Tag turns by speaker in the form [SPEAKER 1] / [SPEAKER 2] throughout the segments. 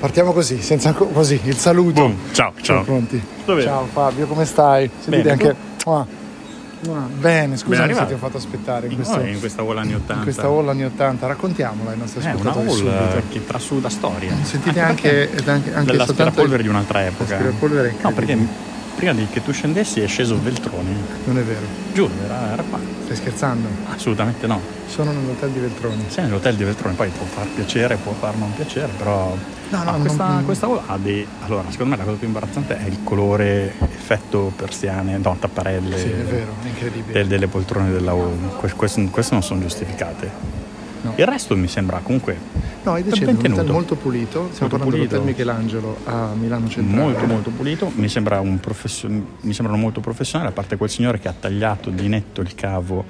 [SPEAKER 1] Partiamo così, senza così, il saluto.
[SPEAKER 2] Boom, ciao,
[SPEAKER 1] Siamo
[SPEAKER 2] ciao.
[SPEAKER 1] pronti.
[SPEAKER 2] Tutto bene.
[SPEAKER 1] Ciao Fabio, come stai? Sentite
[SPEAKER 2] Bene,
[SPEAKER 1] anche. Ah, ah, Bene, scusami se
[SPEAKER 2] arrivato.
[SPEAKER 1] ti ho fatto aspettare in,
[SPEAKER 2] In,
[SPEAKER 1] questo-
[SPEAKER 2] oh, in questa Wall anni 80.
[SPEAKER 1] in questa hall anni 80. Raccontiamola ai nostri
[SPEAKER 2] è una
[SPEAKER 1] ascoltatori subito.
[SPEAKER 2] hall eh, che trasuda storia.
[SPEAKER 1] Sentite
[SPEAKER 2] perché
[SPEAKER 1] anche, ed anche, anche
[SPEAKER 2] della
[SPEAKER 1] soltanto
[SPEAKER 2] polvere di un'altra epoca.
[SPEAKER 1] aspirapolvere è
[SPEAKER 2] No, perché prima di che tu scendessi è sceso Veltroni.
[SPEAKER 1] Non è vero,
[SPEAKER 2] Giuro, era, era qua.
[SPEAKER 1] stai scherzando?
[SPEAKER 2] Assolutamente no.
[SPEAKER 1] Sono nell'hotel di Veltroni.
[SPEAKER 2] Sei nell'hotel di Veltroni, poi può far piacere, può far non piacere, però.
[SPEAKER 1] No, no,
[SPEAKER 2] Ah,
[SPEAKER 1] non-
[SPEAKER 2] questa,
[SPEAKER 1] non-
[SPEAKER 2] questa hall ha dei. Allora, secondo me la cosa più imbarazzante è il colore effetto persiane, no, tapparelle.
[SPEAKER 1] Sì, è vero, è incredibile.
[SPEAKER 2] del- delle poltrone della hall. Que- Queste, queste non sono giustificate.
[SPEAKER 1] No.
[SPEAKER 2] Il resto mi sembra comunque
[SPEAKER 1] No, è decente, è un
[SPEAKER 2] ben
[SPEAKER 1] hotel
[SPEAKER 2] tenuto.
[SPEAKER 1] molto pulito. Stiamo
[SPEAKER 2] Molto
[SPEAKER 1] parlando dell'hotel
[SPEAKER 2] pulito.
[SPEAKER 1] Michelangelo a Milano Centrale.
[SPEAKER 2] molto molto pulito mi, sembra un professio- mi sembrano molto professionali a parte quel signore che ha tagliato di netto il cavo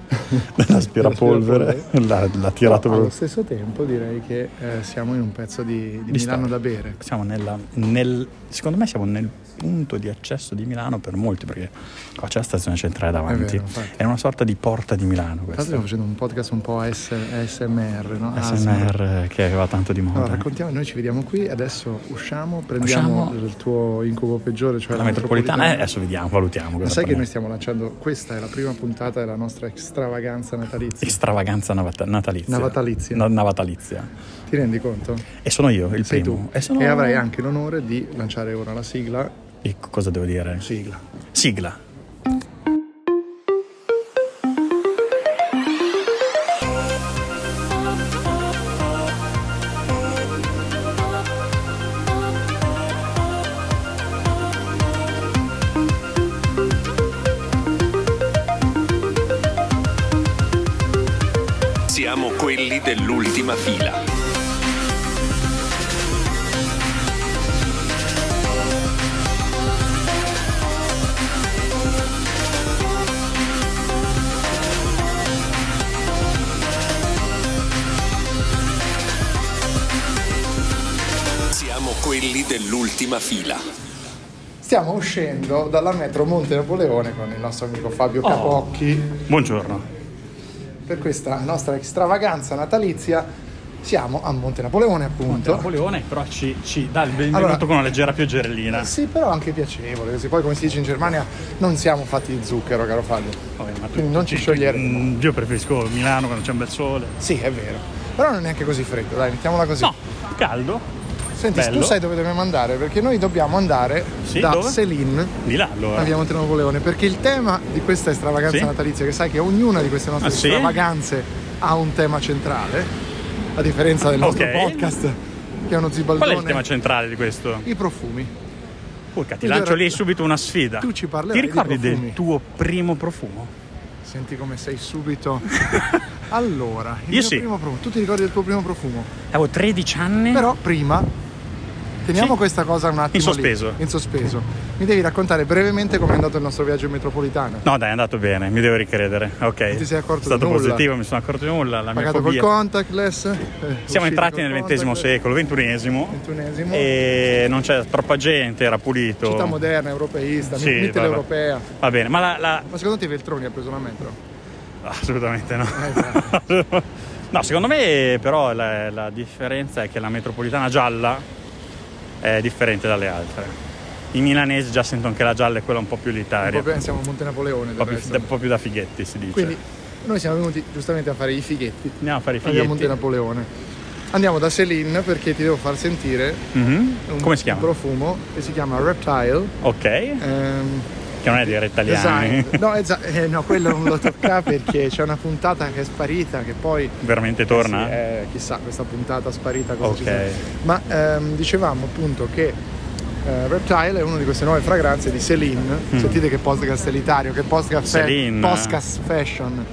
[SPEAKER 2] dell'aspirapolvere l'ha, l'ha tirato
[SPEAKER 1] Allo
[SPEAKER 2] proprio
[SPEAKER 1] stesso tempo direi che eh, siamo in un pezzo di, di
[SPEAKER 2] Di
[SPEAKER 1] Milano
[SPEAKER 2] storia.
[SPEAKER 1] da bere.
[SPEAKER 2] siamo nella, nel, secondo me siamo nel punto di accesso di Milano per molti perché qua c'è la stazione centrale davanti
[SPEAKER 1] È vero, infatti.
[SPEAKER 2] È una sorta di porta di Milano
[SPEAKER 1] Tra l'altro
[SPEAKER 2] questa
[SPEAKER 1] stiamo facendo un podcast un po' AS- ASMR, no? ASMR.
[SPEAKER 2] SMR che va tanto di
[SPEAKER 1] Allora,
[SPEAKER 2] moda
[SPEAKER 1] raccontiamo, noi ci vediamo qui, adesso usciamo, prendiamo
[SPEAKER 2] Usciamo.
[SPEAKER 1] il tuo incubo peggiore, cioè
[SPEAKER 2] la metropolitana eh, adesso vediamo valutiamo
[SPEAKER 1] Ma
[SPEAKER 2] cosa
[SPEAKER 1] sai che noi
[SPEAKER 2] prendiamo.
[SPEAKER 1] stiamo lanciando, questa è la prima puntata della nostra extravaganza natalizia.
[SPEAKER 2] Extravaganza navata- natalizia.
[SPEAKER 1] Navatalizia.
[SPEAKER 2] Na- navatalizia.
[SPEAKER 1] Ti rendi conto?
[SPEAKER 2] E sono io il
[SPEAKER 1] Sei
[SPEAKER 2] primo.
[SPEAKER 1] tu.
[SPEAKER 2] E, sono-
[SPEAKER 1] E avrai anche l'onore di lanciare ora la sigla.
[SPEAKER 2] E co- cosa devo dire?
[SPEAKER 1] Sigla.
[SPEAKER 2] Sigla.
[SPEAKER 3] Siamo quelli dell'ultima fila. Siamo quelli dell'ultima fila.
[SPEAKER 1] Stiamo uscendo dalla metro Monte Napoleone con il nostro amico Fabio
[SPEAKER 2] Oh.
[SPEAKER 1] Capocchi.
[SPEAKER 2] Buongiorno.
[SPEAKER 1] Per questa nostra extravaganza natalizia siamo a Monte Napoleone, appunto.
[SPEAKER 2] Napoleone però ci, ci dà il benvenuto
[SPEAKER 1] Allora-
[SPEAKER 2] con una leggera pioggerellina.
[SPEAKER 1] Sì, però anche piacevole, così poi come si dice in Germania non siamo fatti di zucchero, caro Fabio.
[SPEAKER 2] Vabbè, ma tu-
[SPEAKER 1] Quindi non ci scioglieremo.
[SPEAKER 2] Mm, Io preferisco Milano quando c'è un bel sole.
[SPEAKER 1] Sì, è vero. Però non è neanche così freddo, dai, mettiamola così.
[SPEAKER 2] No, caldo.
[SPEAKER 1] Senti, tu
[SPEAKER 2] bello.
[SPEAKER 1] sai dove dobbiamo andare? Perché noi dobbiamo andare
[SPEAKER 2] Sì,
[SPEAKER 1] da
[SPEAKER 2] dove?
[SPEAKER 1] Céline
[SPEAKER 2] Di là allora.
[SPEAKER 1] a via Monte Napoleone, perché il tema di questa extravaganza
[SPEAKER 2] Sì.
[SPEAKER 1] natalizia, che sai che ognuna di queste nostre
[SPEAKER 2] Ah, sì?
[SPEAKER 1] extravaganze ha un tema centrale, a differenza del nostro
[SPEAKER 2] Ok.
[SPEAKER 1] podcast, che è uno
[SPEAKER 2] Qual è
[SPEAKER 1] zibaldone.
[SPEAKER 2] il tema centrale di questo?
[SPEAKER 1] I profumi.
[SPEAKER 2] Urca, ti
[SPEAKER 1] Io
[SPEAKER 2] lancio
[SPEAKER 1] ero-
[SPEAKER 2] lì subito una sfida.
[SPEAKER 1] Tu ci parlerai
[SPEAKER 2] Ti
[SPEAKER 1] di
[SPEAKER 2] ricordi
[SPEAKER 1] profumi.
[SPEAKER 2] del tuo primo profumo?
[SPEAKER 1] Senti come sei subito. allora, il
[SPEAKER 2] Io
[SPEAKER 1] mio
[SPEAKER 2] sì.
[SPEAKER 1] primo profumo. Tu ti ricordi del tuo primo profumo?
[SPEAKER 2] Avevo 13 anni.
[SPEAKER 1] Però prima teniamo
[SPEAKER 2] Sì.
[SPEAKER 1] questa cosa un attimo
[SPEAKER 2] In sospeso.
[SPEAKER 1] lì, in sospeso. Mi devi raccontare brevemente come è andato il nostro viaggio in metropolitana.
[SPEAKER 2] No, dai, è andato bene, mi devo ricredere. Ok.
[SPEAKER 1] ti sei accorto
[SPEAKER 2] È stato
[SPEAKER 1] di nulla?
[SPEAKER 2] positivo, mi sono accorto di nulla. La mia
[SPEAKER 1] Pagato col
[SPEAKER 2] fobia.
[SPEAKER 1] contactless. eh,
[SPEAKER 2] Siamo
[SPEAKER 1] usciti
[SPEAKER 2] entrati
[SPEAKER 1] col cioè
[SPEAKER 2] nel XX
[SPEAKER 1] contactless,
[SPEAKER 2] secolo, XXI.
[SPEAKER 1] ventunesimo.
[SPEAKER 2] E non c'era troppa gente, era pulito.
[SPEAKER 1] Città moderna, europeista,
[SPEAKER 2] Sì,
[SPEAKER 1] mite
[SPEAKER 2] vabbè.
[SPEAKER 1] europea.
[SPEAKER 2] Va bene, ma la, la-
[SPEAKER 1] Ma secondo te Veltroni ha preso la metro?
[SPEAKER 2] Assolutamente no.
[SPEAKER 1] Eh,
[SPEAKER 2] no, secondo me però la, la differenza è che la metropolitana gialla è differente dalle altre. I milanesi già sentono che la gialla è quella un po' più elitaria,
[SPEAKER 1] Proprio siamo a Monte Napoleone. Del
[SPEAKER 2] un po' più,
[SPEAKER 1] resto.
[SPEAKER 2] da, cioè. un po' più da fighetti si dice.
[SPEAKER 1] Quindi noi siamo venuti giustamente a fare i fighetti.
[SPEAKER 2] Andiamo a fare i
[SPEAKER 1] Andiamo a Monte
[SPEAKER 2] fighetti.
[SPEAKER 1] Napoleone. Andiamo da Céline perché ti devo far sentire
[SPEAKER 2] Mhm.
[SPEAKER 1] un,
[SPEAKER 2] Come si chiama?
[SPEAKER 1] un profumo che si chiama Reptile.
[SPEAKER 2] ok,
[SPEAKER 1] ehm,
[SPEAKER 2] che non è dire italiani,
[SPEAKER 1] design. No, esa- eh, no, quello non lo tocca perché c'è una puntata che è sparita che poi
[SPEAKER 2] veramente torna.
[SPEAKER 1] Sì, eh, chissà questa puntata sparita cosa ci
[SPEAKER 2] Ok.
[SPEAKER 1] sarà. Ma ehm, dicevamo appunto che eh, Reptile è una di queste nuove fragranze di Celine.
[SPEAKER 2] Mm.
[SPEAKER 1] Sentite che podcast elitario, che podcast, fa-
[SPEAKER 2] Celine.
[SPEAKER 1] podcast fashion.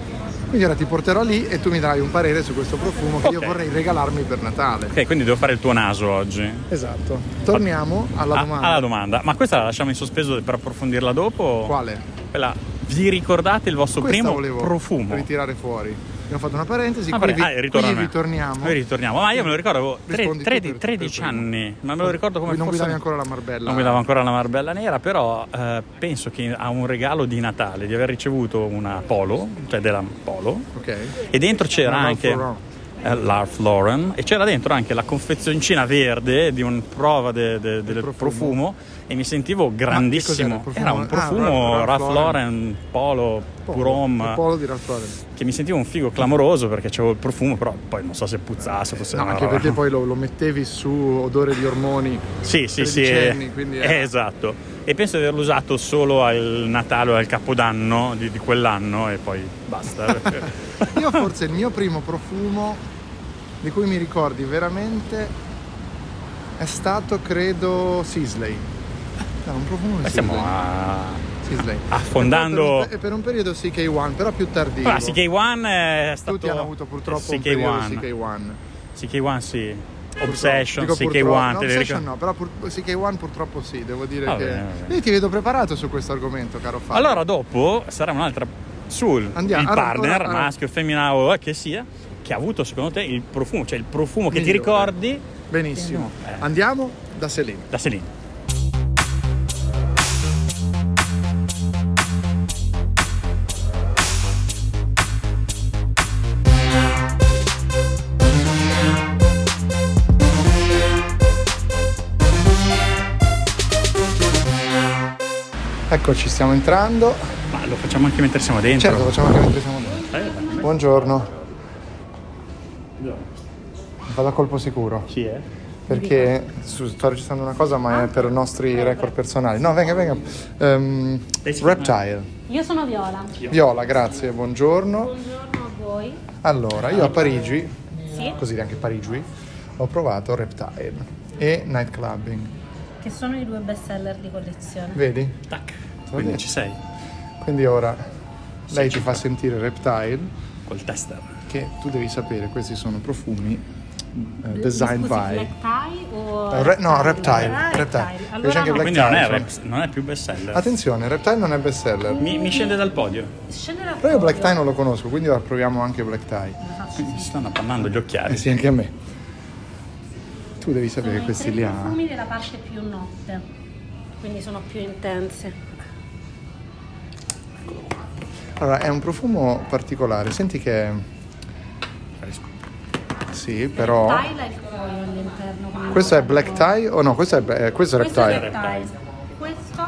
[SPEAKER 1] Quindi ora ti porterò lì e tu mi darai un parere su questo profumo che
[SPEAKER 2] Ok.
[SPEAKER 1] io vorrei regalarmi per Natale.
[SPEAKER 2] Ok, quindi devo fare il tuo naso oggi.
[SPEAKER 1] Esatto. Torniamo alla
[SPEAKER 2] Ah,
[SPEAKER 1] domanda.
[SPEAKER 2] alla domanda, ma questa la lasciamo in sospeso per approfondirla dopo?
[SPEAKER 1] Quale?
[SPEAKER 2] Quella- vi ricordate il vostro
[SPEAKER 1] Questa
[SPEAKER 2] primo
[SPEAKER 1] volevo
[SPEAKER 2] profumo?
[SPEAKER 1] ritirare fuori. Abbiamo fatto una parentesi,
[SPEAKER 2] Ah,
[SPEAKER 1] qui,
[SPEAKER 2] vabbè,
[SPEAKER 1] vi-
[SPEAKER 2] ah, ritorna
[SPEAKER 1] qui
[SPEAKER 2] a me.
[SPEAKER 1] ritorniamo.
[SPEAKER 2] Noi ritorniamo, ma io me lo ricordo, avevo tre-
[SPEAKER 1] Rispondi tu
[SPEAKER 2] tre-
[SPEAKER 1] per- per
[SPEAKER 2] 13
[SPEAKER 1] primo.
[SPEAKER 2] anni, ma me lo ricordo come
[SPEAKER 1] non
[SPEAKER 2] fosse-
[SPEAKER 1] guidavi ancora la Marbella.
[SPEAKER 2] Non guidavo ancora la Marbella Nera, però eh, penso che a un regalo di Natale di aver ricevuto una Polo, cioè della Polo,
[SPEAKER 1] Ok.
[SPEAKER 2] e dentro c'era
[SPEAKER 1] Una Ralph
[SPEAKER 2] anche
[SPEAKER 1] Lauren.
[SPEAKER 2] eh, l'Alf Lauren e c'era dentro anche la confezioncina verde di un prova de- de- del profumo.
[SPEAKER 1] profumo.
[SPEAKER 2] e mi sentivo
[SPEAKER 1] Ma
[SPEAKER 2] grandissimo.
[SPEAKER 1] che cos'era
[SPEAKER 2] Era
[SPEAKER 1] il
[SPEAKER 2] un
[SPEAKER 1] profumo?
[SPEAKER 2] profumo
[SPEAKER 1] Ah, Ralph
[SPEAKER 2] Ralph
[SPEAKER 1] Lauren.
[SPEAKER 2] Lauren, Polo,
[SPEAKER 1] Il
[SPEAKER 2] Purom
[SPEAKER 1] polo di Ralph Lauren.
[SPEAKER 2] che mi sentivo un figo clamoroso perché avevo il profumo, però poi non so se puzzasse, fosse
[SPEAKER 1] No,
[SPEAKER 2] una
[SPEAKER 1] anche
[SPEAKER 2] roba-
[SPEAKER 1] perché poi lo, lo mettevi su odore di ormoni.
[SPEAKER 2] Sì, sì, sì.
[SPEAKER 1] 13enni,
[SPEAKER 2] eh,
[SPEAKER 1] quindi
[SPEAKER 2] eh,
[SPEAKER 1] era-
[SPEAKER 2] Esatto. E penso di averlo usato solo al Natale o al Capodanno di, di quell'anno e poi basta. perché-
[SPEAKER 1] Io forse il mio primo profumo di cui mi ricordi veramente è stato, credo, Sisley. Era un profumo di
[SPEAKER 2] Noi stiamo
[SPEAKER 1] Sisley.
[SPEAKER 2] a...
[SPEAKER 1] Sisley.
[SPEAKER 2] affondando-
[SPEAKER 1] E poi Per un, per un periodo CK1, però più tardivo.
[SPEAKER 2] Ah, CK1 eh, è stato...
[SPEAKER 1] Tutti hanno avuto purtroppo un periodo
[SPEAKER 2] CK1.
[SPEAKER 1] CK1.
[SPEAKER 2] CK1 sì. Obsession,
[SPEAKER 1] Dico
[SPEAKER 2] CK1.
[SPEAKER 1] purtroppo- no,
[SPEAKER 2] te le
[SPEAKER 1] Obsession
[SPEAKER 2] ricordi?
[SPEAKER 1] no, però pur- CK1 purtroppo sì, devo dire
[SPEAKER 2] Va
[SPEAKER 1] che...
[SPEAKER 2] bene, va bene.
[SPEAKER 1] Io ti vedo preparato su questo argomento, caro Fabio.
[SPEAKER 2] Allora dopo sarà un'altra sul
[SPEAKER 1] Andiamo,
[SPEAKER 2] il
[SPEAKER 1] allora,
[SPEAKER 2] partner,
[SPEAKER 1] allora, allora.
[SPEAKER 2] maschio, femmina o eh, che sia, che ha avuto secondo te il profumo, cioè il profumo che ti
[SPEAKER 1] Migliore.
[SPEAKER 2] ricordi
[SPEAKER 1] Benissimo.
[SPEAKER 2] Eh.
[SPEAKER 1] Andiamo da Selene.
[SPEAKER 2] da Selin.
[SPEAKER 1] Ecco, ci stiamo entrando.
[SPEAKER 2] Ma lo facciamo anche mentre siamo dentro.
[SPEAKER 1] Certo, facciamo anche mentre siamo noi.
[SPEAKER 2] Eh, dai.
[SPEAKER 1] Buongiorno. Vado a colpo sicuro.
[SPEAKER 2] Chi è?
[SPEAKER 1] Perché su- sto registrando una cosa, ma è per i nostri record personali. No, venga, venga. Ehm,
[SPEAKER 2] Lei si
[SPEAKER 1] reptile.
[SPEAKER 4] Io sono Viola.
[SPEAKER 1] Viola, grazie, buongiorno.
[SPEAKER 4] Buongiorno a voi.
[SPEAKER 1] Allora, io a Parigi,
[SPEAKER 4] Sì.
[SPEAKER 1] così anche Parigi, ho provato Reptile e Night Clubbing.
[SPEAKER 4] Che sono i due best seller di collezione.
[SPEAKER 1] Vedi?
[SPEAKER 2] Tac. Quindi ci sei
[SPEAKER 1] Quindi ora lei ci fa sentire Reptile,
[SPEAKER 2] col tester.
[SPEAKER 1] che tu devi sapere, questi sono profumi eh,
[SPEAKER 4] Mi
[SPEAKER 1] designed
[SPEAKER 4] scusi,
[SPEAKER 1] by...
[SPEAKER 4] black tie o
[SPEAKER 1] Eh, Re- no,
[SPEAKER 4] Ah,
[SPEAKER 1] reptile, reptile.
[SPEAKER 4] reptile.
[SPEAKER 1] Invece
[SPEAKER 4] Allora
[SPEAKER 1] anche
[SPEAKER 4] no,
[SPEAKER 1] black-
[SPEAKER 2] Quindi non è,
[SPEAKER 1] Tyson.
[SPEAKER 2] rap- non è più best seller.
[SPEAKER 1] Attenzione, Reptile non è best seller.
[SPEAKER 2] Mi, mi scende dal podio.
[SPEAKER 4] scende la
[SPEAKER 1] Però io Black Tie
[SPEAKER 4] foto.
[SPEAKER 1] non lo conosco, quindi ora proviamo anche Black Tie.
[SPEAKER 2] Mi stanno appannando gli
[SPEAKER 1] Eh
[SPEAKER 2] occhiali.
[SPEAKER 1] sì, anche a me. Tu devi
[SPEAKER 4] Sono
[SPEAKER 1] sapere che
[SPEAKER 4] i
[SPEAKER 1] questi
[SPEAKER 4] tre
[SPEAKER 1] li ha.
[SPEAKER 4] profumi della parte più notte. Quindi sono più intense.
[SPEAKER 1] Allora, è un profumo particolare. Senti che... Sì, però...
[SPEAKER 4] Reptile ha il cuoio all'interno. quindi
[SPEAKER 1] Questo è
[SPEAKER 4] guarda
[SPEAKER 1] Black
[SPEAKER 4] un po'.
[SPEAKER 1] Tie o no? Questo è, eh, questo è
[SPEAKER 4] Questo è
[SPEAKER 1] Reptile,
[SPEAKER 4] reptile. Questo,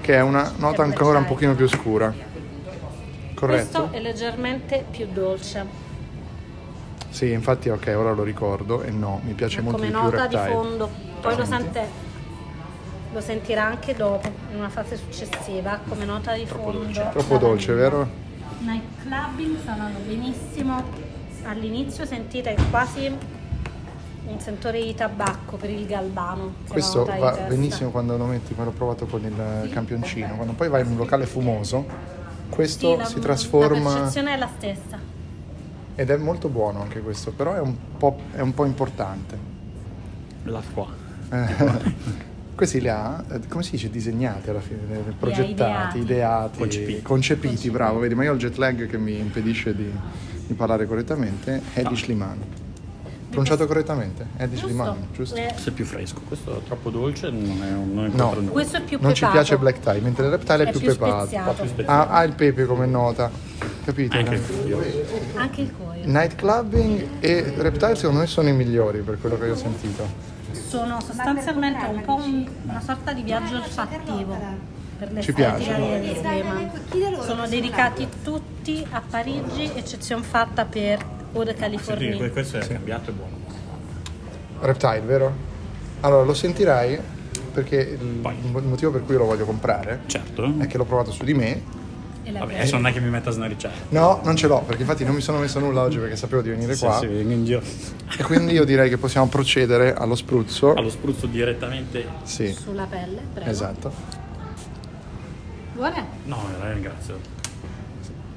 [SPEAKER 1] che è una nota
[SPEAKER 4] È Black
[SPEAKER 1] ancora un
[SPEAKER 4] Tie.
[SPEAKER 1] pochino più scura.
[SPEAKER 4] questo
[SPEAKER 1] Corretto?
[SPEAKER 4] è leggermente più dolce.
[SPEAKER 1] Sì, infatti, ok, ora lo ricordo e no, mi piace
[SPEAKER 4] Ma
[SPEAKER 1] molto
[SPEAKER 4] come
[SPEAKER 1] di più
[SPEAKER 4] nota di
[SPEAKER 1] Reptile.
[SPEAKER 4] fondo. Poi lo, sente- lo sentirà anche dopo, in una fase successiva, come nota di fondo.
[SPEAKER 1] Troppo dolce, vero?
[SPEAKER 4] Night clubbing suonano benissimo. All'inizio sentite quasi un sentore di tabacco per il galbano. che è la
[SPEAKER 1] Questo
[SPEAKER 4] nota di
[SPEAKER 1] va
[SPEAKER 4] testa.
[SPEAKER 1] benissimo quando lo metti, me l'ho provato con il campioncino. Quando poi vai in un locale fumoso, questo
[SPEAKER 4] Sì, la-
[SPEAKER 1] si
[SPEAKER 4] La
[SPEAKER 1] trasforma
[SPEAKER 4] percezione è la stessa.
[SPEAKER 1] ed è molto buono anche questo, però è un po', è un po importante.
[SPEAKER 2] La qua.
[SPEAKER 1] Questi li ha, eh, come si dice, disegnati alla fine, eh,
[SPEAKER 4] ideati.
[SPEAKER 1] progettati, ideati,
[SPEAKER 2] Concepiti.
[SPEAKER 1] concepiti, bravo. Vedi, ma io ho il jet lag che mi impedisce di, di parlare correttamente.
[SPEAKER 2] Ah.
[SPEAKER 1] Hedish Liman. Pronunciato correttamente? Hedish Liman, giusto?
[SPEAKER 4] Eh,
[SPEAKER 2] Questo è più fresco. Questo è troppo dolce. Non è un non
[SPEAKER 1] No.
[SPEAKER 2] incontra nulla.
[SPEAKER 4] questo è più
[SPEAKER 1] Non ci
[SPEAKER 4] pepato.
[SPEAKER 1] piace Black Tie, mentre il Reptile è,
[SPEAKER 4] È
[SPEAKER 1] più,
[SPEAKER 4] più
[SPEAKER 1] pepato.
[SPEAKER 4] speziato.
[SPEAKER 2] più speziato.
[SPEAKER 1] Ha, ha il pepe come nota, capito?
[SPEAKER 2] Anche il figlio.
[SPEAKER 4] Anche il cuoio.
[SPEAKER 1] Night clubbing e Reptile secondo me sono i migliori per quello che io ho sentito.
[SPEAKER 4] Sono sostanzialmente un po' un- una sorta di viaggio olfattivo per le
[SPEAKER 1] Ci piace.
[SPEAKER 4] di Sleman. Sono dedicati tutti a Parigi, eccezione fatta per Eau
[SPEAKER 2] Senti, que-
[SPEAKER 4] de Californie.
[SPEAKER 2] questo è cambiato e buono.
[SPEAKER 1] Reptile, vero? Allora lo sentirai perché il,
[SPEAKER 2] Poi.
[SPEAKER 1] il motivo per cui lo voglio comprare
[SPEAKER 2] Certo.
[SPEAKER 1] è che l'ho provato su di me.
[SPEAKER 4] E la
[SPEAKER 1] Eh.
[SPEAKER 2] Vabbè, adesso non è che mi metta a snaricciare.
[SPEAKER 1] No, non ce l'ho perché infatti non mi sono messo nulla oggi perché sapevo di venire
[SPEAKER 2] Sì,
[SPEAKER 1] qua.
[SPEAKER 2] sì, vengo in giro.
[SPEAKER 1] E quindi io direi che possiamo procedere allo spruzzo.
[SPEAKER 2] Allo spruzzo direttamente.
[SPEAKER 1] Sì,
[SPEAKER 4] sulla pelle, prego.
[SPEAKER 1] esatto.
[SPEAKER 4] Buona?
[SPEAKER 2] No, la ringrazio.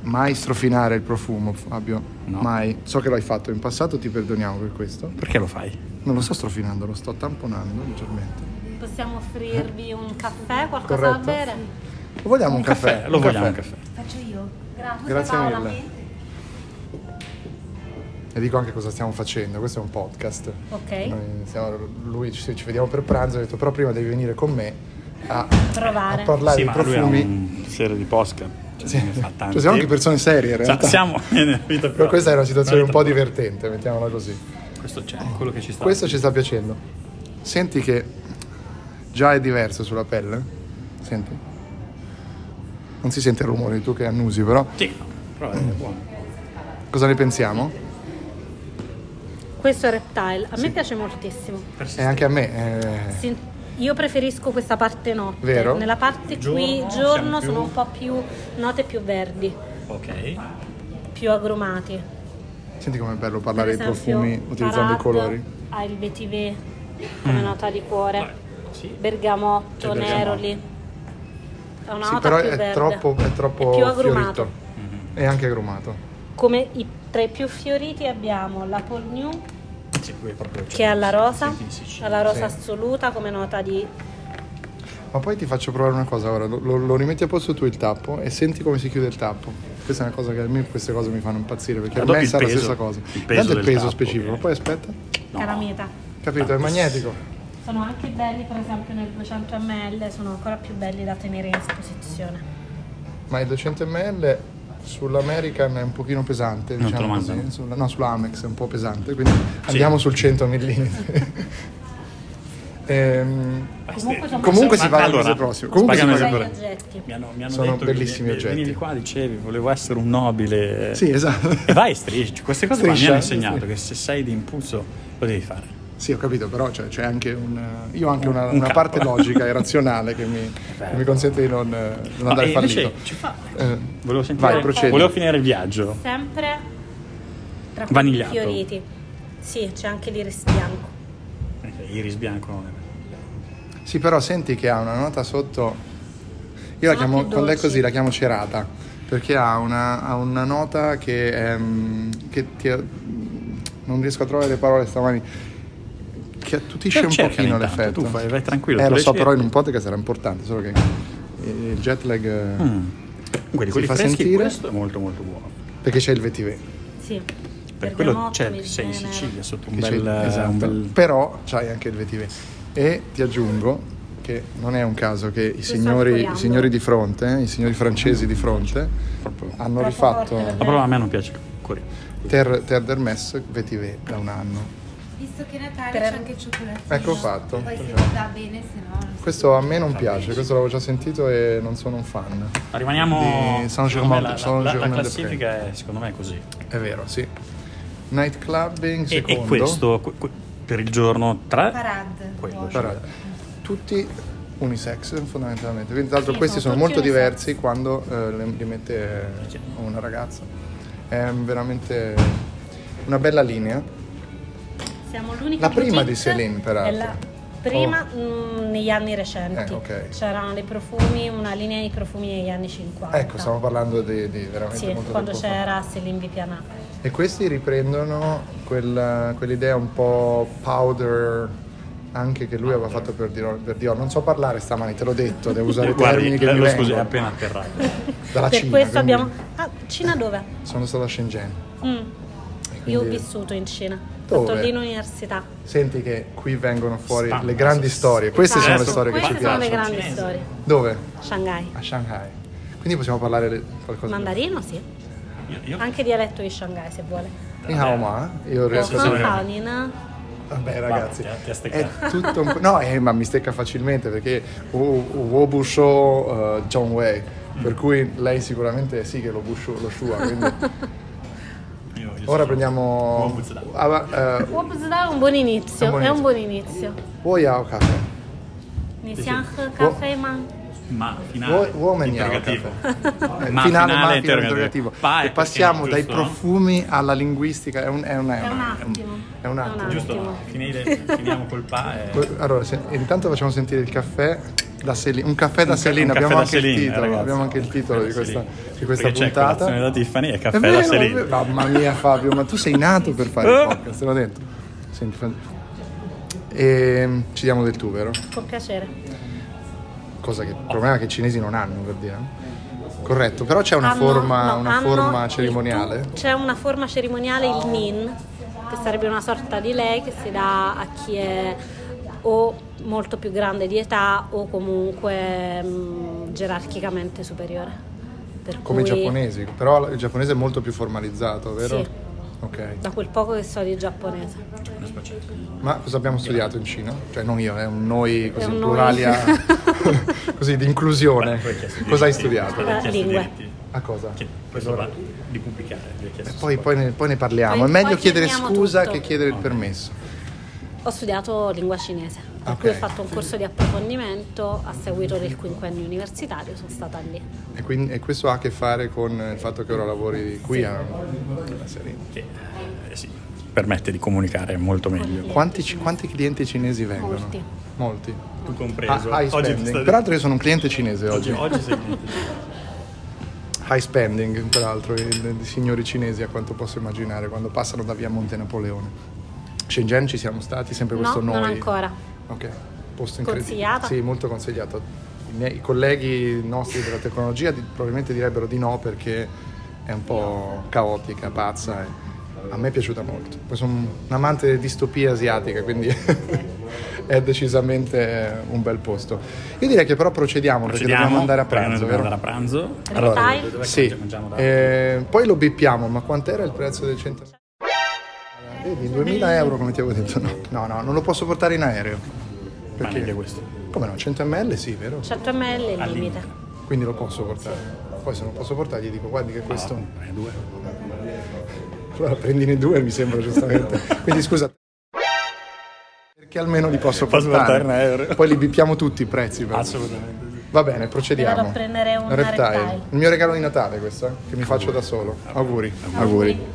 [SPEAKER 1] Mai strofinare il profumo, Fabio.
[SPEAKER 2] No.
[SPEAKER 1] Mai. So che l'hai fatto in passato, ti perdoniamo per questo.
[SPEAKER 2] Perché lo fai?
[SPEAKER 1] Non lo sto strofinando, lo sto tamponando leggermente.
[SPEAKER 4] Possiamo offrirvi un caffè, qualcosa da
[SPEAKER 1] Corretto.
[SPEAKER 4] bere?
[SPEAKER 1] Vogliamo un, caffè?
[SPEAKER 2] Lo
[SPEAKER 1] Un
[SPEAKER 2] vogliamo un
[SPEAKER 1] caffè.
[SPEAKER 2] caffè.
[SPEAKER 4] Grazie,
[SPEAKER 1] Grazie
[SPEAKER 4] Paola.
[SPEAKER 1] mille. E dico anche cosa stiamo facendo, questo è un podcast.
[SPEAKER 4] Ok.
[SPEAKER 1] Noi siamo- lui ci, ci vediamo per pranzo, ho detto però prima devi venire con me a, a
[SPEAKER 4] Provare.
[SPEAKER 1] parlare
[SPEAKER 2] Sì,
[SPEAKER 1] di
[SPEAKER 2] ma lui ha
[SPEAKER 1] profumi.
[SPEAKER 2] un serie di posca. Cioè, ne fa tanti.
[SPEAKER 1] Cioè, siamo anche persone serie in
[SPEAKER 2] Sa-
[SPEAKER 1] realtà.
[SPEAKER 2] siamo nella vita
[SPEAKER 1] Però questa è una situazione un
[SPEAKER 2] nella
[SPEAKER 1] po'
[SPEAKER 2] vita
[SPEAKER 1] divertente, mettiamola così.
[SPEAKER 2] pro- Questo c'è, è quello che ci sta.
[SPEAKER 1] Questo ci sta piacendo. Senti che già è diverso sulla pelle. Senti. Non si sente il rumore tu che annusi, però.
[SPEAKER 2] Sì, però è buono.
[SPEAKER 1] Cosa ne pensiamo?
[SPEAKER 4] Questo reptile a me piace moltissimo.
[SPEAKER 1] E anche a me. eh,
[SPEAKER 4] Sì, Io preferisco questa parte notte.
[SPEAKER 1] Vero.
[SPEAKER 4] Nella parte qui
[SPEAKER 2] Giorno siamo
[SPEAKER 4] giorno
[SPEAKER 2] più-
[SPEAKER 4] sono un po' più note più verdi,
[SPEAKER 2] Ok.
[SPEAKER 4] più agrumati.
[SPEAKER 1] Senti com'è bello
[SPEAKER 4] Per
[SPEAKER 1] parlare dei
[SPEAKER 4] esempio,
[SPEAKER 1] profumi utilizzando i
[SPEAKER 4] Arad
[SPEAKER 1] colori.
[SPEAKER 4] Ha il vetiver come nota di cuore.
[SPEAKER 2] Mm. Vai. Sì. Cioè, C'è
[SPEAKER 4] Bergamotto,
[SPEAKER 2] il
[SPEAKER 4] Neroli. È una
[SPEAKER 1] Sì,
[SPEAKER 4] nota
[SPEAKER 1] però
[SPEAKER 4] più
[SPEAKER 1] è
[SPEAKER 4] verde.
[SPEAKER 1] troppo, è troppo
[SPEAKER 4] più agrumato.
[SPEAKER 1] fiorito. E anche agrumato.
[SPEAKER 4] Come i, tra i più fioriti abbiamo la Polgnu
[SPEAKER 2] Sì, qui è proprio
[SPEAKER 4] che è alla rosa,
[SPEAKER 2] Senti in Sicilia.
[SPEAKER 4] alla rosa
[SPEAKER 1] Sì.
[SPEAKER 4] assoluta come nota di
[SPEAKER 1] Ma poi ti faccio provare una cosa ora, lo, lo- lo rimetti a posto tu il tappo e senti come si chiude il tappo. Questa è una cosa che a me queste cose mi fanno impazzire perché a
[SPEAKER 2] Dopo
[SPEAKER 1] me
[SPEAKER 2] il
[SPEAKER 1] sarà la
[SPEAKER 2] peso,
[SPEAKER 1] stessa cosa.
[SPEAKER 2] il peso
[SPEAKER 1] Tanto il
[SPEAKER 2] del
[SPEAKER 1] peso
[SPEAKER 2] tappo,
[SPEAKER 1] specifico,
[SPEAKER 2] ok. Ah.
[SPEAKER 1] poi aspetta.
[SPEAKER 2] No.
[SPEAKER 4] carameta.
[SPEAKER 1] Capito, è magnetico.
[SPEAKER 4] Sono anche belli per esempio nel 200 ml, sono ancora più belli da tenere in esposizione.
[SPEAKER 1] Ma il 200 ml sull'American è un pochino pesante,
[SPEAKER 2] Non te lo
[SPEAKER 1] diciamo
[SPEAKER 2] mandano.
[SPEAKER 1] così. Sulla- no, sulla Amex è un po' pesante, quindi andiamo sul 100 ml. Ehm,
[SPEAKER 4] Comunque sono
[SPEAKER 1] comunque
[SPEAKER 2] Ma
[SPEAKER 1] si paga il mese
[SPEAKER 2] allora,
[SPEAKER 1] prossimo. Comunque si
[SPEAKER 2] spagano
[SPEAKER 1] paga il
[SPEAKER 4] belli
[SPEAKER 2] esatto.
[SPEAKER 1] mese-
[SPEAKER 4] oggetti.
[SPEAKER 2] Mi hanno, mi hanno
[SPEAKER 1] Sono
[SPEAKER 2] detto che
[SPEAKER 1] bellissimi
[SPEAKER 2] venivi-
[SPEAKER 1] oggetti.
[SPEAKER 2] Venivi qua, dicevi, volevo essere un nobile.
[SPEAKER 1] Sì, esatto.
[SPEAKER 2] E vai, strisci. Queste cose qua mi
[SPEAKER 1] Striscia,
[SPEAKER 2] hanno insegnato
[SPEAKER 1] sì.
[SPEAKER 2] che se sei di impulso lo devi fare.
[SPEAKER 1] Sì, ho capito, però cioè, c'è anche un. eh, Io ho anche una,
[SPEAKER 2] Un
[SPEAKER 1] una
[SPEAKER 2] capo.
[SPEAKER 1] parte logica e razionale che mi, che mi consente di non, eh, di non andare
[SPEAKER 2] e
[SPEAKER 1] fallito.
[SPEAKER 2] invece ci fa-
[SPEAKER 1] Eh,
[SPEAKER 2] Volevo sentire.
[SPEAKER 1] Vai, procedi.
[SPEAKER 2] Volevo finire il viaggio.
[SPEAKER 4] Sempre tra quelli
[SPEAKER 2] Vanigliato.
[SPEAKER 4] fioriti. Sì, c'è anche l'iris bianco.
[SPEAKER 2] Ok, Iris bianco. non è-
[SPEAKER 1] sì, però senti che ha una nota sotto. Io la
[SPEAKER 4] Ah,
[SPEAKER 1] chiamo,
[SPEAKER 4] più
[SPEAKER 1] quando è
[SPEAKER 4] dolce.
[SPEAKER 1] così, la chiamo cerata, perché ha una, ha una nota che, ehm, che ti. Non riesco a trovare le parole stamani. Che attutisce
[SPEAKER 2] Però
[SPEAKER 1] un
[SPEAKER 2] cercali
[SPEAKER 1] pochino
[SPEAKER 2] Cioè, intanto,
[SPEAKER 1] l'effetto.
[SPEAKER 2] tu fai- vai tranquillo,
[SPEAKER 1] Eh,
[SPEAKER 2] tu
[SPEAKER 1] lo
[SPEAKER 2] le
[SPEAKER 1] so, però in
[SPEAKER 2] cerchi.
[SPEAKER 1] un podcast sarà importante, solo che il jet lag. eh,
[SPEAKER 2] Mm. Comunque di
[SPEAKER 1] Si
[SPEAKER 2] quelli
[SPEAKER 1] fa
[SPEAKER 2] freschi
[SPEAKER 1] sentire?
[SPEAKER 2] questo è molto molto buono.
[SPEAKER 1] Perché c'è il VTV.
[SPEAKER 4] Sì.
[SPEAKER 2] Per
[SPEAKER 4] perché
[SPEAKER 2] quello c'è, sei in Sicilia sotto un
[SPEAKER 1] Che c'è-
[SPEAKER 2] bel, eh,
[SPEAKER 1] esatto.
[SPEAKER 2] un bel-
[SPEAKER 1] Però c'hai anche il VTV. E ti aggiungo che non è un caso che i signori,
[SPEAKER 4] alcoliando.
[SPEAKER 1] i signori di fronte, eh, i signori francesi di fronte,
[SPEAKER 2] proprio- Ma
[SPEAKER 1] hanno
[SPEAKER 4] Troppo
[SPEAKER 1] rifatto
[SPEAKER 4] forte.
[SPEAKER 2] però a me non piace il cuore.
[SPEAKER 1] Ter, Ter Dermes VTV da un anno.
[SPEAKER 5] Visto che Natale
[SPEAKER 4] Per-
[SPEAKER 5] c'è anche il cioccolatino.
[SPEAKER 1] Ecco fatto.
[SPEAKER 5] Poi se lo dà bene, se no. non si-
[SPEAKER 1] Questo a me non piace, questo l'avevo già sentito e non sono un fan.
[SPEAKER 2] Ma Rimaniamo
[SPEAKER 1] Di
[SPEAKER 2] secondo me
[SPEAKER 1] Saint-Germain-
[SPEAKER 2] la- la- la, la
[SPEAKER 1] Saint-Germain-des-Prés.
[SPEAKER 2] classifica è secondo me è così.
[SPEAKER 1] È vero, sì. Night clubbing,
[SPEAKER 2] E, e
[SPEAKER 1] secondo.
[SPEAKER 2] questo que- que- per il giorno 3
[SPEAKER 5] Parad.
[SPEAKER 2] Quello,
[SPEAKER 5] buono.
[SPEAKER 1] Però, tutti unisex fondamentalmente. Quindi, tra l'altro,
[SPEAKER 4] Sì,
[SPEAKER 1] questi sono,
[SPEAKER 4] sono
[SPEAKER 1] molto
[SPEAKER 4] tutti unisex.
[SPEAKER 1] diversi quando eh, li li mette eh, una ragazza. È veramente una bella linea.
[SPEAKER 4] Siamo l'unica
[SPEAKER 1] La prima
[SPEAKER 4] boutique-
[SPEAKER 1] di Céline, peraltro. Oh.
[SPEAKER 4] è la prima mm, negli anni recenti.
[SPEAKER 1] Eh, ok.
[SPEAKER 4] C'erano dei profumi, una linea di profumi negli anni 50.
[SPEAKER 1] Ecco, stiamo parlando di, di veramente
[SPEAKER 4] Sì,
[SPEAKER 1] molto
[SPEAKER 4] quando
[SPEAKER 1] tempo fa.
[SPEAKER 4] c'era Céline Vipiana.
[SPEAKER 1] E questi riprendono quella- quell'idea un po' powder anche che lui aveva fatto per Dior, per Dior. Non so parlare stamani, te l'ho detto, devo usare i termini
[SPEAKER 2] Guardi,
[SPEAKER 1] che
[SPEAKER 2] eh,
[SPEAKER 1] mi
[SPEAKER 2] lo scusi, è
[SPEAKER 1] vengono.
[SPEAKER 2] appena atterrato.
[SPEAKER 1] Dalla
[SPEAKER 4] per
[SPEAKER 1] Cina,
[SPEAKER 4] questo
[SPEAKER 1] quindi
[SPEAKER 4] abbiamo. Ah, Cina dove?
[SPEAKER 1] Sono stato a Shenzhen.
[SPEAKER 4] Mm.
[SPEAKER 1] quindi-
[SPEAKER 4] Io ho vissuto in Cina, ho
[SPEAKER 1] Dove?
[SPEAKER 4] fatto l'università.
[SPEAKER 1] Senti che qui vengono fuori
[SPEAKER 2] Spam.
[SPEAKER 1] le grandi storie. Queste sono le
[SPEAKER 2] Esatto.
[SPEAKER 1] storie che ci
[SPEAKER 4] Certo, Queste sono le
[SPEAKER 1] piacciono.
[SPEAKER 4] grandi
[SPEAKER 2] Cinese.
[SPEAKER 4] storie.
[SPEAKER 1] Dove?
[SPEAKER 4] Shanghai.
[SPEAKER 1] A Shanghai. Quindi possiamo parlare di qualcosa di...
[SPEAKER 4] Mandarino, sì.
[SPEAKER 2] Io, io-
[SPEAKER 4] Anche dialetto di Shanghai, se vuole.
[SPEAKER 1] Ni hao ma? Io riesco a
[SPEAKER 4] Fan
[SPEAKER 1] sapere.
[SPEAKER 2] sapere.
[SPEAKER 4] Fan in-
[SPEAKER 1] Vabbè ragazzi,
[SPEAKER 2] Guarda, ti ha
[SPEAKER 1] è
[SPEAKER 2] steccato.
[SPEAKER 1] tutto un po'... No, eh, ma mi stecca facilmente perché Wobu Show John Way, eh, per cui lei sicuramente sì che lo, bushu, lo shua, quindi...
[SPEAKER 2] io- io
[SPEAKER 1] Ora
[SPEAKER 2] sono-
[SPEAKER 1] prendiamo...
[SPEAKER 2] Uomo zedai.
[SPEAKER 1] Ah, va- eh,
[SPEAKER 4] Wobzda è un buon inizio,
[SPEAKER 1] È un buon
[SPEAKER 4] è un buon inizio.
[SPEAKER 1] Wo Yao Cafe.
[SPEAKER 4] Nisiang
[SPEAKER 1] Oh.
[SPEAKER 4] caffè man.
[SPEAKER 2] Ma finale.
[SPEAKER 1] Wo- Woman Yao
[SPEAKER 2] interrogativo.
[SPEAKER 1] Cafe. Eh,
[SPEAKER 2] Ma
[SPEAKER 1] finale,
[SPEAKER 2] finale
[SPEAKER 1] ma finale
[SPEAKER 2] interrogativo.
[SPEAKER 1] interrogativo.
[SPEAKER 2] Pa,
[SPEAKER 1] e
[SPEAKER 2] perché
[SPEAKER 1] passiamo
[SPEAKER 2] no,
[SPEAKER 1] dai
[SPEAKER 2] giusto, no?
[SPEAKER 1] profumi alla linguistica. È un, è un- è
[SPEAKER 4] È
[SPEAKER 1] un-
[SPEAKER 4] un attimo.
[SPEAKER 1] È un attimo.
[SPEAKER 2] Giusto, finire- finiamo col pa e...
[SPEAKER 1] Allora, se- intanto facciamo sentire il caffè da Selina. Un caffè da
[SPEAKER 2] Un ca-
[SPEAKER 1] Selina,
[SPEAKER 2] un caffè
[SPEAKER 1] abbiamo,
[SPEAKER 2] da
[SPEAKER 1] anche il
[SPEAKER 2] Celine,
[SPEAKER 1] titolo,
[SPEAKER 2] ragazzi.
[SPEAKER 1] abbiamo anche il
[SPEAKER 2] Un
[SPEAKER 1] titolo
[SPEAKER 2] caffè
[SPEAKER 1] di
[SPEAKER 2] da
[SPEAKER 1] questa,
[SPEAKER 2] Celine.
[SPEAKER 1] di questa
[SPEAKER 2] Perché C'è
[SPEAKER 1] puntata.
[SPEAKER 2] colazione da Tiffany e caffè
[SPEAKER 1] È vero,
[SPEAKER 2] da Eh.
[SPEAKER 1] è
[SPEAKER 2] Celine.
[SPEAKER 1] vero. Mamma mia, Fabio, ma tu sei nato per fare il podcast, te l'ho detto. Senti, fa- Ehm, ci diamo del tu, vero?
[SPEAKER 4] Con piacere.
[SPEAKER 1] Cosa che il problema è che i cinesi non hanno, per dire. Corretto, però c'è una
[SPEAKER 4] Hanno-
[SPEAKER 1] forma,
[SPEAKER 4] no,
[SPEAKER 1] una
[SPEAKER 4] hanno
[SPEAKER 1] forma
[SPEAKER 4] il
[SPEAKER 1] cerimoniale.
[SPEAKER 4] tu- C'è una forma cerimoniale, il nin, che sarebbe una sorta di lei che si dà a chi è o molto più grande di età o comunque mm, gerarchicamente superiore. Per
[SPEAKER 1] Come i
[SPEAKER 4] cui,
[SPEAKER 1] giapponesi, però il giapponese è molto più formalizzato, vero?
[SPEAKER 4] Sì.
[SPEAKER 1] Ok.
[SPEAKER 4] Da quel poco che so di giapponese.
[SPEAKER 1] Ma cosa abbiamo studiato in Cina? Cioè non io, è un noi così
[SPEAKER 4] un noi.
[SPEAKER 1] plurali a- così di inclusione. Cosa hai studiato?
[SPEAKER 4] Eh, lingue.
[SPEAKER 1] A cosa?
[SPEAKER 2] Questo va di pubblicare. gli ho chiesto se
[SPEAKER 1] Poi,
[SPEAKER 2] può.
[SPEAKER 1] poi ne, poi ne parliamo.
[SPEAKER 4] Poi-
[SPEAKER 1] è meglio
[SPEAKER 4] poi
[SPEAKER 1] chiedere
[SPEAKER 4] chiediamo
[SPEAKER 1] scusa
[SPEAKER 4] tutto.
[SPEAKER 1] che chiedere il permesso.
[SPEAKER 4] Ho studiato lingua cinese, per
[SPEAKER 1] Ok.
[SPEAKER 4] cui ho fatto un corso di approfondimento a seguito del quinquennio universitario, sono stata lì.
[SPEAKER 1] E, quindi- e questo ha a che fare con il fatto che ora lavori qui a a Serena.
[SPEAKER 2] Che, eh, sì, permette di comunicare molto meglio.
[SPEAKER 1] Quanti, ci- quanti clienti cinesi vengono?
[SPEAKER 4] Molti.
[SPEAKER 1] Molti.
[SPEAKER 2] Tu
[SPEAKER 1] Ah,
[SPEAKER 2] compreso.
[SPEAKER 1] high
[SPEAKER 2] oggi,
[SPEAKER 1] spending.
[SPEAKER 2] sta-
[SPEAKER 1] Peraltro io sono un cliente cinese
[SPEAKER 2] oggi,
[SPEAKER 1] oggi.
[SPEAKER 2] oggi sei cliente.
[SPEAKER 1] High spending, peraltro, i, i signori cinesi a quanto posso immaginare quando passano da via Monte Napoleone. Shenzhen ci siamo stati, sempre questo
[SPEAKER 4] No, non
[SPEAKER 1] noi.
[SPEAKER 4] ancora.
[SPEAKER 1] Ok, posto incredibile.
[SPEAKER 4] Consigliata?
[SPEAKER 1] Sì, molto consigliato. I miei colleghi nostri della tecnologia di- probabilmente direbbero di no perché è un po' caotica, pazza. e a me è piaciuta molto. Poi sono un amante di distopia asiatica, quindi è decisamente un bel posto. Io direi che però procediamo, perché dobbiamo andare a
[SPEAKER 2] perché noi
[SPEAKER 1] pranzo,
[SPEAKER 2] dobbiamo
[SPEAKER 1] vero?
[SPEAKER 2] andare a pranzo.
[SPEAKER 4] Dai.
[SPEAKER 2] dov'è che
[SPEAKER 1] Sì,
[SPEAKER 2] mangiamo da-
[SPEAKER 1] eh, poi lo bippiamo, ma quant'era il prezzo del 100? Vedi, 2000 euro come ti avevo detto, no, no, no, non lo posso portare in aereo.
[SPEAKER 2] Ma
[SPEAKER 1] Perché?
[SPEAKER 2] neanche questo. Cioè
[SPEAKER 1] Come no, 100 ml sì, vero?
[SPEAKER 4] 100 ml è il
[SPEAKER 2] Al
[SPEAKER 4] limite.
[SPEAKER 2] limite.
[SPEAKER 1] Quindi lo posso portare. Poi se non posso portare gli dico guardi che questo...
[SPEAKER 2] Eh, due.
[SPEAKER 1] Allora prendine due mi sembra giustamente. Quindi scusa... Perché almeno li posso
[SPEAKER 2] Posso
[SPEAKER 1] portare.
[SPEAKER 2] portare in aereo.
[SPEAKER 1] Poi li bippiamo tutti i prezzi. però.
[SPEAKER 2] Assolutamente. sì.
[SPEAKER 1] Va bene, procediamo.
[SPEAKER 4] Vado a prendere un reptile.
[SPEAKER 1] Il mio regalo di Natale questo, eh, che mi faccio da solo. Auguri. Auguri.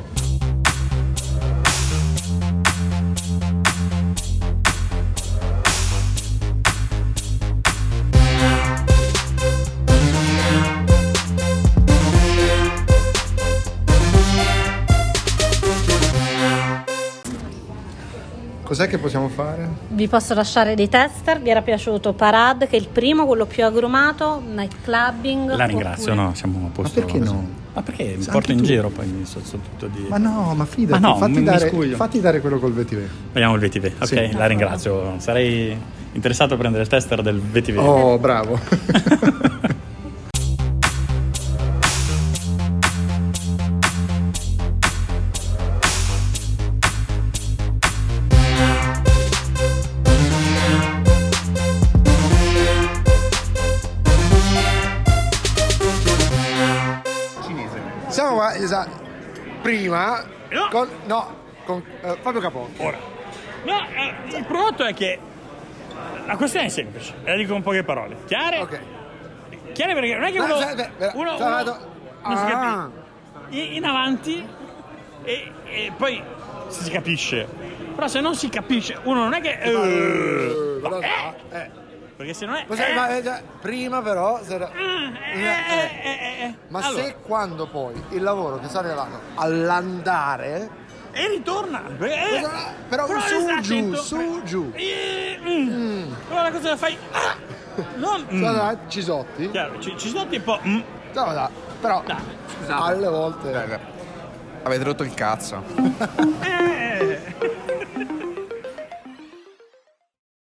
[SPEAKER 1] Cos'è che possiamo fare?
[SPEAKER 4] Vi posso lasciare dei tester, vi era piaciuto Parad, che è il primo, quello più agrumato, night clubbing.
[SPEAKER 2] La ringrazio,
[SPEAKER 4] oppure-
[SPEAKER 2] no, siamo a posto.
[SPEAKER 1] perché no?
[SPEAKER 2] Ma perché mi
[SPEAKER 1] Anche
[SPEAKER 2] porto in
[SPEAKER 1] tu.
[SPEAKER 2] giro poi mi sostituto di...
[SPEAKER 1] Ma no, ma fidati,
[SPEAKER 2] Ma no, mi-
[SPEAKER 1] fatti,
[SPEAKER 2] mi
[SPEAKER 1] dare,
[SPEAKER 2] scuglio.
[SPEAKER 1] fatti dare quello col vetiver.
[SPEAKER 2] Vediamo il VTV. Ok,
[SPEAKER 1] Sì.
[SPEAKER 2] la ringrazio. Sarei interessato a prendere il tester del VTV.
[SPEAKER 1] Oh, bravo. Siamo qua, esatto. Prima,
[SPEAKER 2] No.
[SPEAKER 1] con, no, con eh, Fabio Capone.
[SPEAKER 2] Ora. No, eh, il prodotto è che la questione è semplice, e la dico con poche parole. Chiare?
[SPEAKER 1] Ok.
[SPEAKER 2] Chiare perché non è che
[SPEAKER 1] No,
[SPEAKER 2] uno,
[SPEAKER 1] cioè, beh, beh,
[SPEAKER 2] uno,
[SPEAKER 1] cioè,
[SPEAKER 2] uno-
[SPEAKER 1] vado-
[SPEAKER 2] non si
[SPEAKER 1] Ah.
[SPEAKER 2] capisce. I- in avanti e, e poi si capisce. Però se non si capisce, uno non è che... eh,
[SPEAKER 1] Eh,
[SPEAKER 2] eh,
[SPEAKER 1] eh,
[SPEAKER 2] perché se non è...
[SPEAKER 1] cos'è,
[SPEAKER 2] eh,
[SPEAKER 1] ma, eh, già, prima però sarà-
[SPEAKER 2] eh, eh,
[SPEAKER 1] eh,
[SPEAKER 2] eh, eh, eh.
[SPEAKER 1] ma
[SPEAKER 2] Allora,
[SPEAKER 1] se quando poi il lavoro che sarà arrivato all'andare
[SPEAKER 2] E ritorna! eh,
[SPEAKER 1] Cosa- però su,
[SPEAKER 2] esatto,
[SPEAKER 1] giù,
[SPEAKER 2] intorno-
[SPEAKER 1] su, giù.
[SPEAKER 2] Eh, mm. Allora cosa fai? Ah! Non... mm.
[SPEAKER 1] sarà Cisotti
[SPEAKER 2] Chiaro, ci, ci sono tipo... mm,
[SPEAKER 1] No, no, però alle volte
[SPEAKER 6] Avete rotto il cazzo.
[SPEAKER 2] Eh,